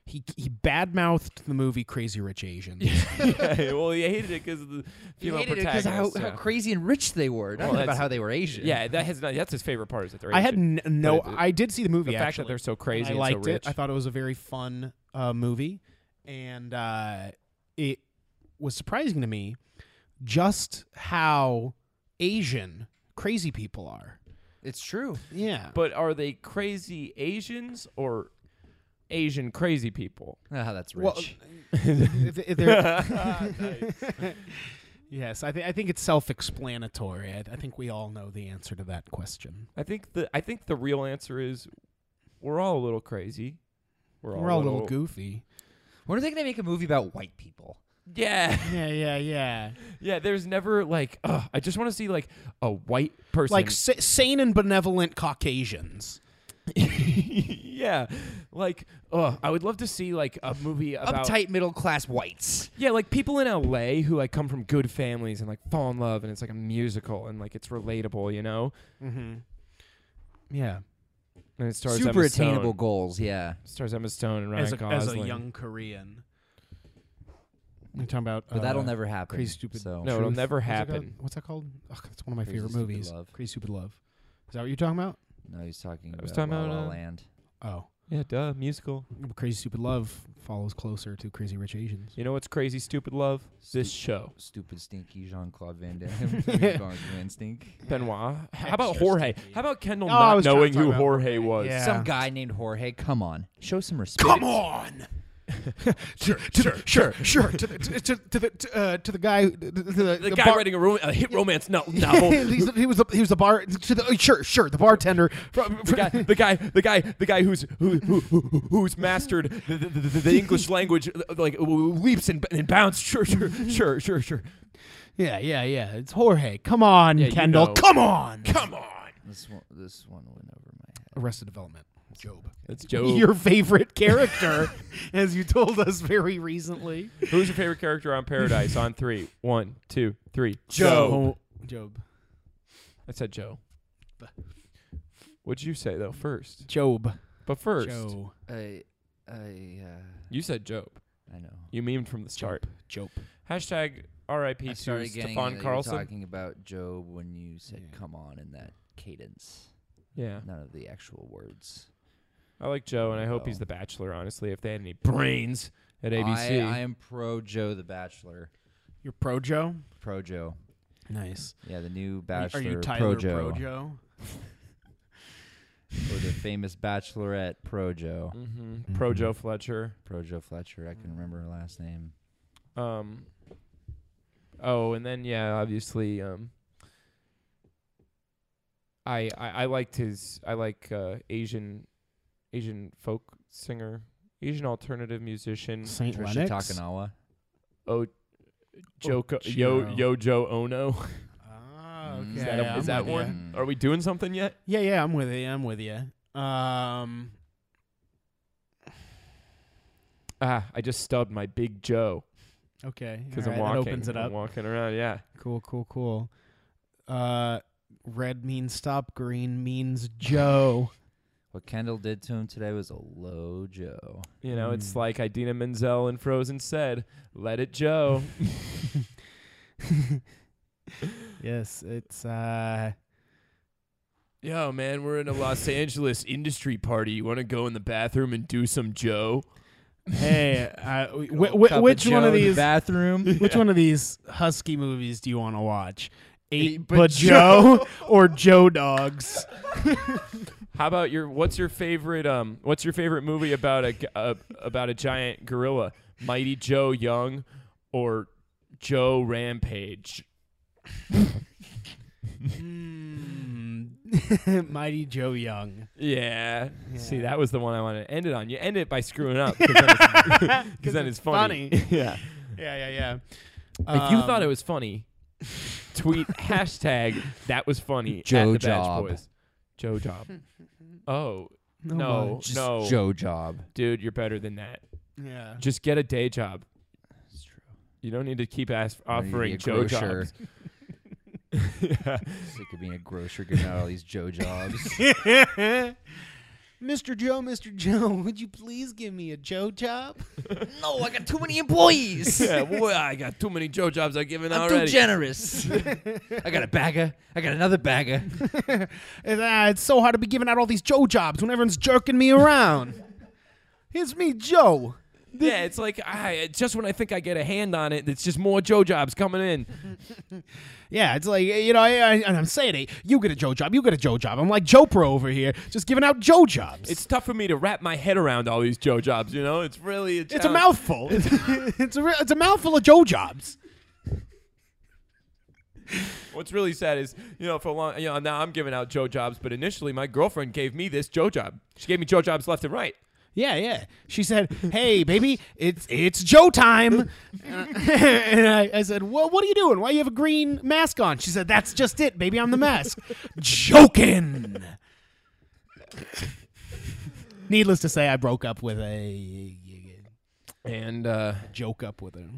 B: He he badmouthed the movie Crazy Rich Asians.
A: yeah, well, he hated it because of the female protagonist.
C: how,
A: yeah.
C: how crazy and rich they were. Not
A: Well,
C: about
A: that's-
C: how they were Asian.
A: Yeah, that has not, that's his favorite part is that they're
B: I had
A: Asian.
B: n- no.
A: But it-
B: I did see the movie.
A: the fact
B: actually.
A: that they're so crazy
B: I
A: and
B: liked
A: so rich.
B: it. I thought it was a very fun uh, movie, and uh, it was surprising to me just how Asian crazy people are.
C: It's true.
B: Yeah,
A: but are they crazy Asians or Asian crazy people?
C: Ah, that's rich.
B: Well, if- if they're- yes, I, th- I think it's self-explanatory. I, I think we all know the answer to that question.
A: I think the I think the real answer is we're all a little crazy.
B: We're all a little goofy.
C: when are they going to make a movie about white people?
A: Yeah,
B: Yeah, yeah, yeah.
A: yeah. There's never like ugh, I just want to see like a white person.
B: Like sa- sane and benevolent Caucasians.
A: yeah, like ugh, I would love to see like a movie about
C: Uptight middle class whites.
A: yeah, like people in L.A. who like come from good families and like fall in love and it's like a musical and like it's relatable, you know.
B: Mm-hmm. Yeah,
A: And it stars
C: Super
A: Emma Stone.
C: attainable goals. Yeah.
A: Stars Emma Stone and Ryan
B: as a, as
A: Gosling.
B: a young Korean. You're talking about,
C: But
B: uh,
C: that'll never happen.
B: Crazy Stupid
C: So.
A: No, it'll
B: Truth.
A: never
B: what's that called?
A: happen.
B: What's that called? Ugh, that's one of my
C: Crazy
B: favorite
C: Stupid
B: movies.
C: Love.
B: Crazy Stupid Love. Is that what you're talking about?
C: No, he's talking
A: I was
C: about
A: talking
C: La
A: about,
C: La
A: uh,
C: Land.
B: Oh,
A: Yeah, duh, musical.
B: Crazy Stupid Love follows closer to Crazy Rich Asians.
A: You know what's crazy, stupid love? This show.
C: Stupid, stinky Jean Claude Van Damme. Jean-Claude Van Stink.
A: Benoit. How about
B: Extra
A: Jorge?
B: stinky.
A: How about Kendall
B: Oh, I
A: not
B: was trying to
A: knowing
B: talk
A: who
B: about
A: Jorge was?
B: Yeah.
C: Some guy named Jorge. Come on, show some respect.
B: Come on. sure, sure, sure, sure. To the to, to, to the to, uh, to the guy, the, the,
A: The
B: the
A: guy
B: bar-
A: writing a, rom- a hit romance no- novel.
B: He's the- he was the, he was the bar. To the, oh, sure, sure. The bartender. From,
A: The guy, the guy, the guy, the guy who's who, who, who who's mastered the, the, the, the English language uh, like uh, leaps and, and bounds. Sure, sure, sure, sure, sure.
B: yeah, yeah, yeah. It's Jorge. Come on,
A: Yeah, you
B: Kendall.
A: know.
B: Come on.
A: Come on,
C: This one, this one went over my head.
B: Arrested Development. Job.
A: that's Joe.
B: Your favorite character, as you told us very recently.
A: Who's your favorite character on Paradise? on three, one, two, three.
B: Job.
A: I said Joe. What'd you say though first?
B: Job.
A: But first,
B: Joe.
C: I, I, uh,
A: you said Job.
C: I know.
A: You memed from the start.
B: Job.
A: Hashtag RIP
C: I
A: to
C: started getting that you
A: Stefan
C: were
A: Carlson.
C: talking about Job when you said
B: Yeah.
C: "come on" in that cadence.
A: Yeah.
C: None of the actual words.
A: I like Joe, and I hope he's
C: Oh.
A: the Bachelor, honestly, if they had any brains at ABC.
C: I, I am pro Joe the Bachelor.
B: You're pro Joe?
C: Pro Joe.
B: Nice.
C: Yeah, the
B: Are
C: new
B: you-
C: Bachelor.
B: Are you
C: pro
B: Tyler
C: Joe,
B: Projo?
C: or the famous Bachelorette Pro Joe.
A: hmm
C: Mm-hmm.
A: Pro Joe Fletcher.
C: Pro Joe Fletcher. I can remember her last name.
A: Um, oh, and then, yeah, obviously, um, I, I, I liked his, I like uh, Asian Asian folk singer, Asian alternative musician,
B: Saint
C: Trisha
B: Lennox.
C: Takanawa.
A: oh, Joko, Yo,
B: Ochiro.
A: Yojo Ono.
B: Ah,
C: Mm.
B: okay.
A: is that, a,
B: I'm
A: is that
B: with ya.
A: one? Are we doing something yet?
B: Yeah, yeah, I'm with you. I'm with you. Um,
A: Ah, I just stubbed my big Joe
B: okay.
A: because
B: all
A: I'm
B: right,
A: walking.
B: That opens it
A: I'm
B: up.
A: walking around. Yeah.
B: Cool, cool, cool. Uh, red means stop. Green means Joe.
C: What Kendall did to him today was a low Joe.
A: You know, it's
B: Mm.
A: like Idina Menzel in Frozen said, "Let it Joe."
B: yes, it's uh.
A: Yo, man, we're in a Los Angeles industry party. You want to go in the bathroom and do some Joe?
B: Hey, uh, wh-
C: Little
B: wh-
C: cup
B: which
C: Joe
B: one of
C: in the
B: these?
C: bathroom?
B: Which one of these husky movies do you want to watch? Eight Eh, but Joe or Joe Dogs.
A: How about your? What's your favorite? Um, what's your favorite movie about a, g- a- about a giant gorilla? Mighty Joe Young or Joe Rampage?
B: Mighty Joe Young.
A: Yeah. See, that was the one I wanted to end it on. You end it by screwing up because then, it's- 'cause then it's funny. yeah.
B: Yeah, yeah, Um, yeah.
A: If you thought it was funny, tweet hashtag that was funny
C: Joe
A: at the Batch
C: Job.
A: Boys. Joe Job. Oh no,
B: No,
A: no,
C: Just Joe job.
A: dude, you're better than that.
B: yeah.
A: Just get a day job.
C: It's true.
A: You don't need to keep ask-
C: Or you could be
A: offering
C: a
A: Joe
C: grocer.
A: jobs. yeah.
C: Sick of being a grocer giving out all these Joe jobs.
B: Mr. Joe, Mr. Joe, would you please give me a Joe job?
C: no, I got too many employees.
A: yeah, boy, I got too many Joe jobs I've given
C: I'm
A: already.
C: too generous. I got a bagger. I got another bagger.
B: It's, ah, it's so hard to be giving out all these Joe jobs when everyone's jerking me around. Here's me, Joe.
A: yeah, it's like I just when I think I get a hand on it, it's just more Joe jobs coming in.
B: Yeah, it's like you know, I, I, and I'm saying it. You get a Joe job, you get a Joe job. I'm like Joe Pro over here, just giving out Joe jobs.
A: It's tough for me to wrap my head around all these Joe jobs. You know, it's really a
B: it's a
A: challenge.
B: mouthful. It's, it's a re- it's a mouthful of Joe jobs.
A: What's really sad is, you know, for a long, you know, now I'm giving out Joe jobs, but initially my girlfriend gave me this Joe job. She gave me Joe jobs left and right.
B: Yeah, yeah. She said, "Hey, baby, it's it's Joe time." and I, I said, "Well, what are you doing? Why you have a green mask on?" She said, "That's just it, baby. I'm the mask." Joking. Needless to say, I broke up with a
A: And uh,
B: joke up with her.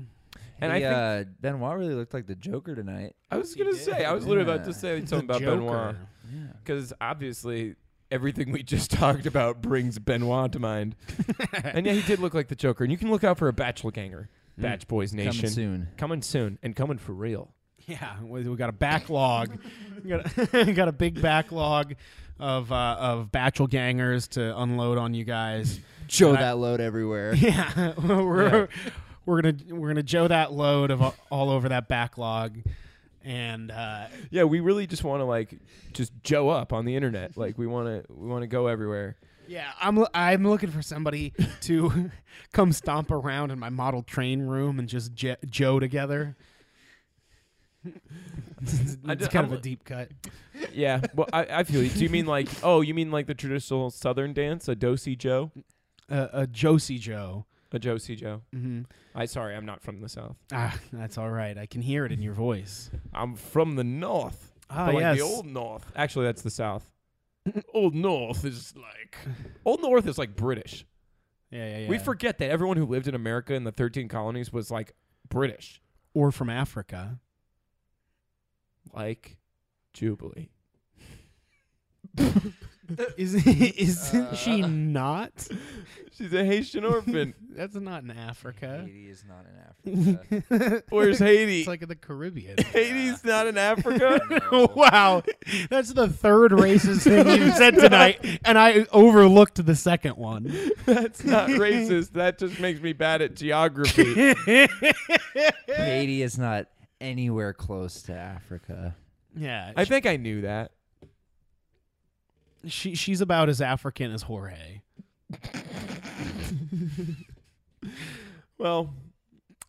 A: and I
C: hey,
A: think
C: uh, Benoit really looked like the Joker tonight.
A: I was gonna say I was literally about to
C: Yeah.
A: say something about Benoit because obviously everything we just talked about brings Benoit to mind. and yeah, he did look like the Joker. And you can look out for a Bachelor Ganger, Batch Boys Nation,
C: Coming soon.
A: coming soon, and coming for real.
B: Yeah, we, we got a backlog. we got a, got a big backlog of uh, of bachelor gangers to unload on you guys.
C: Joe that load everywhere.
B: Yeah, we're we're gonna we're gonna joe that load of all, all over that backlog, and uh,
A: Yeah, we really just want to like just Joe up on the internet. Like we want to we want to go everywhere.
B: yeah, I'm lo- I'm looking for somebody to come stomp around in my model train room and just je- joe together. it's
A: I d-
B: kind of
A: I'm-
B: a deep cut.
A: Yeah, well, I, I feel you. Do you mean like, oh, you mean like the traditional Southern dance, a Dosey Joe,
B: Uh, a Josie Joe.
A: a Josie Joe?
B: hmm
A: I sorry, I'm not from the South.
B: Ah, that's all right. I can hear it in your voice.
A: I'm from the North.
B: Ah,
A: but like
B: yes.
A: the old North. Actually, that's the South. old North is like, old North is like British.
B: Yeah, yeah, yeah.
A: We forget that everyone who lived in America in the 13 colonies was like British,
B: or from Africa.
A: like Jubilee.
B: Is isn't
A: Uh,
B: she not?
A: She's a Haitian orphan.
B: That's not in Africa.
C: Haiti is not in Africa.
B: it's
A: Where's Haiti?
B: like in the Caribbean.
A: Haiti's not in Africa.
B: wow, that's the third racist thing you said tonight, and I overlooked the second one.
A: That's not racist. That just makes me bad at geography.
C: Haiti is not anywhere close to Africa.
B: Yeah,
A: I think I knew that.
B: she she's about as African as Jorge.
A: Well,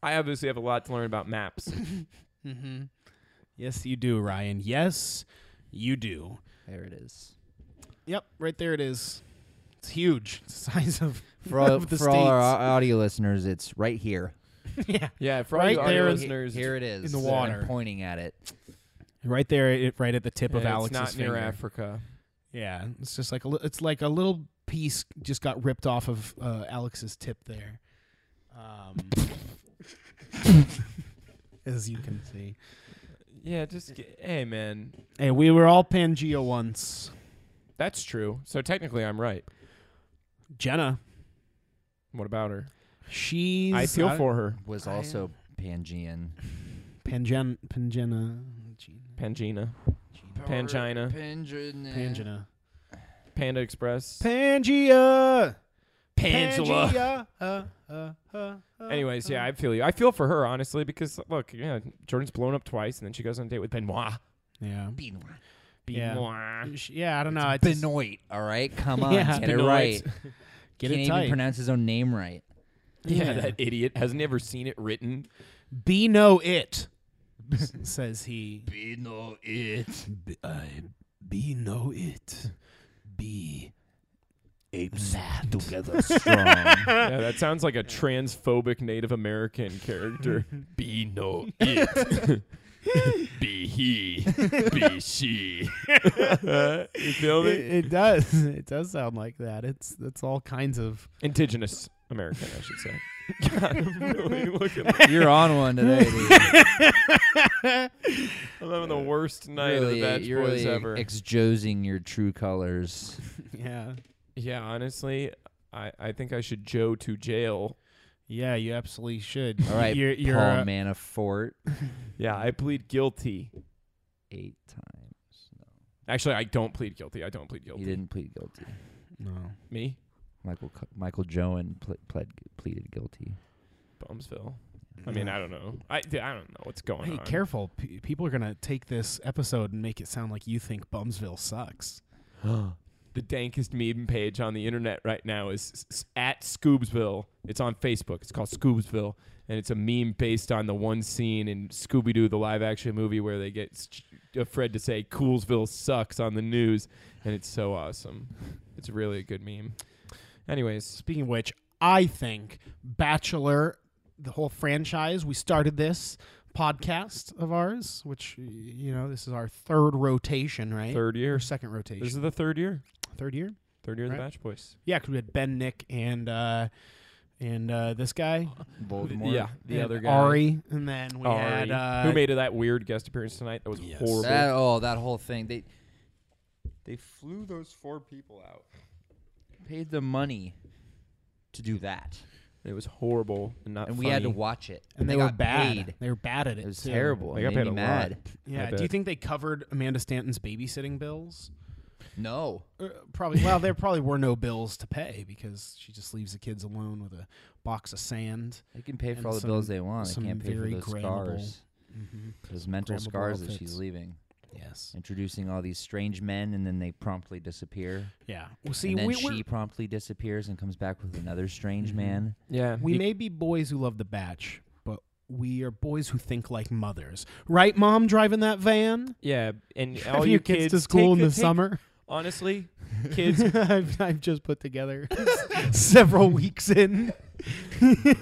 A: I obviously have a lot to learn about maps.
B: Mm-hmm. Yes, you do, Ryan. Yes, you do.
C: There it is.
B: Yep, right there it is. It's huge. It's the size of
C: For all,
B: Of the
C: for all our
B: states.
C: au- audio listeners, it's right here.
B: yeah.
A: Yeah, for
B: all
A: all
B: Right
A: you
B: you audio
A: audio
B: there in-
A: listeners,
C: Here it is.
B: in the
C: And I'm
B: water.
C: pointing at it.
B: Right there, it, right at the tip of Alex's
A: not near
B: finger.
A: Africa.
B: Yeah, it's just like a li- it's like a little piece just got ripped off of uh, Alex's tip there, um, as you can see.
A: Yeah, just g hey man,
B: Hey, we were all Pangea once.
A: that's true. So technically, I'm right.
B: Jenna,
A: What about her?
B: she's
A: I feel for her,
C: Was
B: I,
C: also Pangean.
B: Pangen Pangena
A: Pangina, Pangina,
C: Pangina.
B: Pangena
A: Panda Express.
B: Pangea
A: Pangela.
B: Pangea. Uh, uh, uh, uh,
A: Anyways, yeah, I feel you. I feel for her honestly because look, yeah, Jordan's blown up twice, and then she goes on a date with Benoit.
B: Yeah.
C: Benoit.
B: Yeah. Sh- yeah, I don't know. It's just-
C: Benoit. All right, come on,
B: Yeah.
C: get it
A: Benoit.
B: get
C: right. Can't
B: it
C: even
B: tight.
C: pronounce his own name right.
A: Yeah,
B: Yeah.
A: that idiot hasn't ever seen it written.
B: Beno it, s- says he.
C: Benoit. It.
B: B- I be no it. Be apes together.
C: Strong.
A: yeah, that sounds like a transphobic Native American character. Be no it. Be he. Be she. you
B: it,
A: feel me?
B: it does. It does sound like that. It's it's all kinds of
A: Indigenous American, I should say. God, I'm really looking.
C: You're on one today. Dude.
A: I'm having the worst night of
C: really,
A: the Batch
C: you're
A: Boys
C: really
A: ever.
C: exjosing your true colors.
B: yeah.
A: yeah, honestly, I, I think I should Joe to jail.
B: Yeah, you absolutely should.
C: All right,
B: you're, you're
C: Paul
B: uh,
C: Manafort.
A: Yeah, I plead guilty.
C: Eight times. No,
A: Actually, I don't plead guilty. I don't plead
C: he
A: guilty.
C: didn't plead guilty.
B: no.
A: Me,
C: Michael Co- Michael Joan ple- pled pleaded guilty.
A: Bumsville. I mean, I don't know. I, I don't know what's going
B: Hey,
A: on.
B: careful! P- people are gonna take this episode and make it sound like you think Bumsville sucks.
A: the dankest meme page on the internet right now is s- s- at Scoobsville. It's on Facebook. It's called Scoobsville, and it's a meme based on the one scene in Scooby Doo, the live action movie, where they get s- afraid to say Coolsville sucks on the news, and it's so awesome. It's really a good meme. Anyways,
B: Speaking of which, I think Bachelor, the whole franchise, we started this podcast of ours, which, y- you know, this is our third rotation, right?
A: third year.
B: Or second rotation.
A: This is the third year.
B: third year?
A: Third year of the
B: Right.
A: Batch Boys.
B: Yeah, because we had Ben, Nick, and uh, and uh, this guy.
C: Voldemort.
A: Yeah, the
B: and
A: other guy.
B: Ari. And then we had.
A: Ari,
B: Uh,
A: who made it that weird guest appearance tonight? That was
B: Yes.
A: horrible.
C: That, oh, that whole thing. They
E: They flew those four people out.
C: paid the money to do that,
A: it was horrible and not
C: and we had to
A: funny.
C: watch it.
B: and they, were
C: got
B: bad.
C: paid.
B: They were bad at it.
C: It was
B: too.
C: terrible.
A: They
C: It
A: got
C: made
A: paid
C: me
A: a
C: mad.
A: lot. I
B: Yeah.
A: bet.
B: Do you think they covered Amanda Stanton's babysitting bills?
C: No,
B: Uh, probably. Well, there probably were no bills to pay because she just leaves the kids alone with a box of sand.
C: they can pay for
B: And
C: all the
B: some-
C: bills they want. They
B: some
C: can't pay for
B: very
C: those
B: grammable- Mm-hmm.
C: scars, those mental
B: grammable
C: scars that
B: outfits.
C: she's leaving,
B: Yes.
C: introducing all these strange men, and then they promptly disappear.
B: Yeah. Well, see,
C: and then
B: we
C: she
B: we're-
C: promptly disappears and comes back with another strange
B: Mhm.
C: man.
A: Yeah,
B: we may be boys who love the batch, but we are boys who think like mothers, right? Mom driving that van,
A: Yeah, and all
B: Have
A: you
B: your
A: kids,
B: kids, to school
A: take
B: in the
A: take-
B: summer.
A: Honestly, kids,
B: I've, I've just put together several weeks in.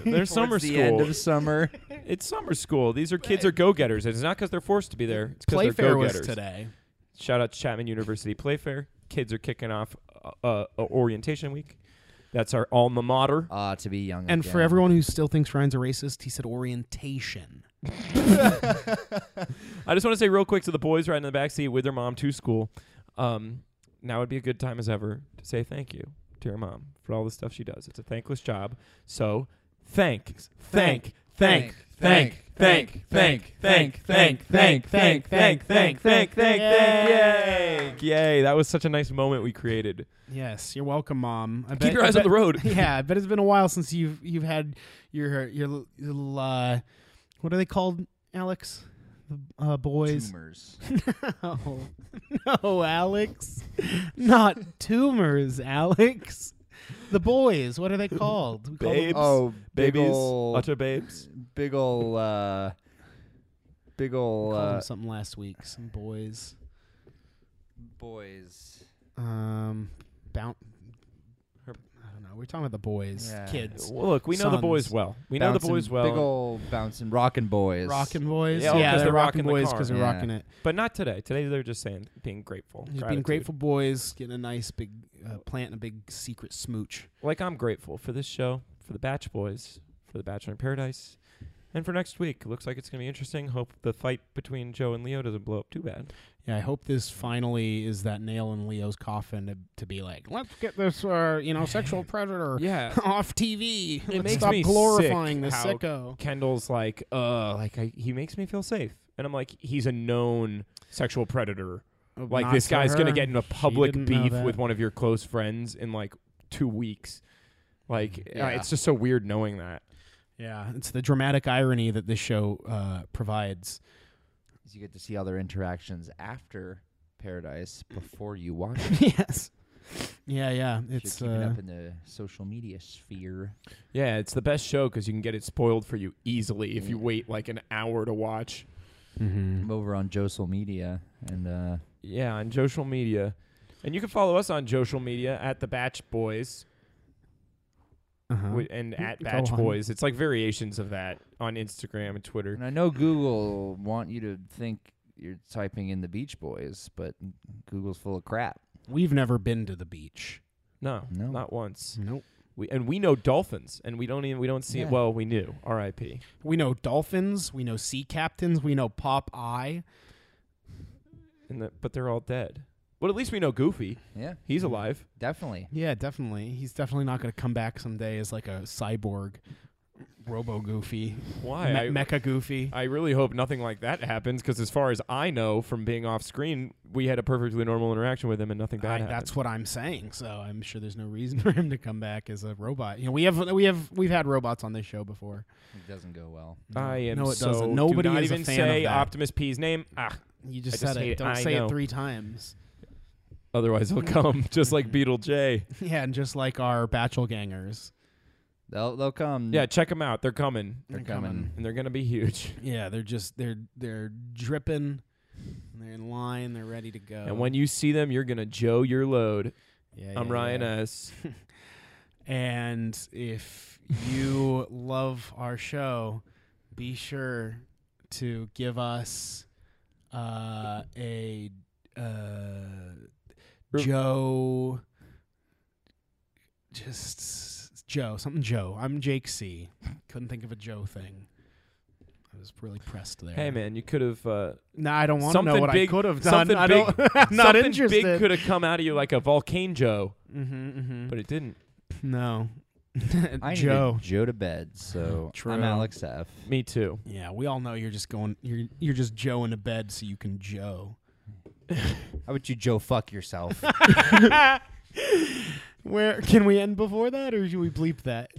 A: they're summer
C: Towards the end
A: school.
C: of summer.
A: it's summer school. These are kids are go getters. It's not because they're forced to be there. It's because they're
B: Playfair
A: go
B: was
A: getters.
B: today.
A: Shout out to Chapman University Playfair. Kids are kicking off uh, uh, orientation week. That's our alma mater.
C: Ah, to be young
B: And
C: again.
B: for everyone who still thinks Ryan's a racist, he said orientation.
A: I just want to say real quick to the boys riding in the backseat with their mom to school. Um, now would be a good time as ever to say thank you to your mom for all the stuff she does. It's a thankless job. So thank, thank, thank, thank, thank, thank, thank, thank, thank, thank, thank, thank, thank, thank, thank, yay, yay! That was such a nice moment we created.
B: Yes, you're welcome, Mom. I
A: Keep your eyes on the road.
B: yeah, I bet it's been a while since you've you've had your your l- little uh, what are they called, Alex? Uh, boys.
C: Tumors.
B: No, no, Alex, not tumors, Alex. The boys. What are they called? We call them-
A: Babes,
C: Oh, big
A: babies,
C: ol-
A: utter babes.
C: big ol' uh, big
B: we
C: ol'
B: called them
C: uh,
B: something last week. Some boys.
C: boys.
B: Um, bound. I
A: Her-
B: don't know. We're talking about the boys,
C: Yeah.
B: kids,
A: Well, look, we know the boys
B: Sons.
A: well. We know the boys well.
C: Big ol' bouncing, rocking boys.
B: rocking boys.
A: Yeah, oh, 'cause
B: they're,
A: they're
B: rocking
A: rocking the
B: boys
A: car.
B: because they're
C: Yeah.
B: rocking it.
A: But not today. Today they're just saying being grateful.
B: Just being
A: Gratitude.
B: grateful boys, getting a nice big uh, plant and a big secret smooch.
A: Like I'm grateful for this show, for the Batch Boys, for the Bachelor in Paradise, and for next week. Looks like it's gonna be interesting. Hope the fight between Joe and Leo doesn't blow up too bad.
B: Yeah, I hope this finally is that nail in Leo's coffin to, to be like, let's get this, uh, you know, sexual predator
A: Yeah.
B: off TV. let's
A: makes
B: stop
A: me
B: glorifying
A: sick
B: this
A: how-
B: sicko.
A: Kendall's like, uh, like I, he makes me feel safe, and I'm like, he's a known sexual predator. Like
B: Not
A: this
B: for
A: guy's gonna
B: her.
A: get in a
B: She
A: public
B: didn't know
A: beef
B: that.
A: with one of your close friends in like two weeks. Like
B: Mm,
A: uh,
C: Yeah.
A: it's just so weird knowing that.
B: Yeah, it's the dramatic irony that this show uh, provides.
C: because you get to see all their interactions after Paradise before you watch it.
B: yes. Yeah, yeah.
C: If
B: It's
C: you're keeping
B: uh,
C: up in the social media sphere.
A: Yeah, it's the best show because you can get it spoiled for you easily if you wait like an hour to watch.
B: mhm.
C: I'm over on Josel Media and uh,
A: Yeah, on social media. And you can follow us on social media at The Batch Boys
B: Uh-huh.
A: wi- and at
B: Go
A: Batch
B: on.
A: Boys. It's like variations of that on Instagram and Twitter.
C: and I know Google want you to think you're typing in the Beach Boys, but Google's full of crap.
B: We've never been to the beach.
A: No,
C: No.
A: not once.
B: Nope.
A: We and we know dolphins, and we don't even we don't see
C: Yeah.
A: it. Well, we knew. R.I.P.
B: We know dolphins. We know sea captains. We know Popeye.
A: And the, but they're all dead. Well, at least we know Goofy.
C: Yeah,
A: He's alive.
C: definitely.
B: Yeah, definitely. He's definitely not going to come back someday as like a cyborg, Robo Goofy,
A: Why?
B: Me-
A: I-
B: Mecha Goofy.
A: I really hope nothing like that happens because, as far as I know from being off screen, we had a perfectly normal interaction with him and nothing bad
B: I-
A: happened.
B: that's what I'm saying. So I'm sure there's no reason for him to come back as a robot. You know, we have we have we've had robots on this show before.
C: It doesn't go well.
A: I am
B: No, it
A: so.
B: doesn't. Nobody
A: do not
B: is a
A: even
B: fan of
A: say
B: that.
A: Optimus P's name. Ah,
B: You just
A: I just
B: said
A: hate
B: it.
A: it.
B: Don't
A: I
B: say
A: know.
B: it three times.
A: otherwise he'll come just like Beetle J.
B: Yeah, and just like our Batchel gangers.
C: They'll they'll come.
A: Yeah, check them out. They're coming,
C: they're
B: Mm. they're
C: coming.
B: coming.
A: and they're gonna be huge.
B: Yeah, they're just they're they're dripping. and They're in line. They're ready to go.
A: And when you see them, you're gonna Joe your load.
B: yeah,
A: I'm
B: yeah,
A: Ryan uh,
B: yeah.
A: S.
B: And if you love our show, be sure to give us uh, a uh,
A: Re-
B: Joe. Just Joe, something Joe. I'm Jake C. Couldn't think of a Joe thing. I was really pressed there.
A: Hey man, you could have uh,
B: No, I don't want to know
A: Something
B: what
A: big-
B: I could have done.
A: something
B: I don't. I'm not
A: something
B: interested.
A: big could have come out of you like a volcano Joe,
B: mm-hmm, mm-hmm.
A: but it didn't.
B: no,
C: I need
B: Joe.
C: Joe to bed. So
B: True.
C: I'm Alex F.
A: Me too.
B: Yeah, we all know you're just going you're you're just Joe into bed so you can Joe.
C: How about you, Joe? Fuck yourself.
B: Where can we end before that or should we bleep that?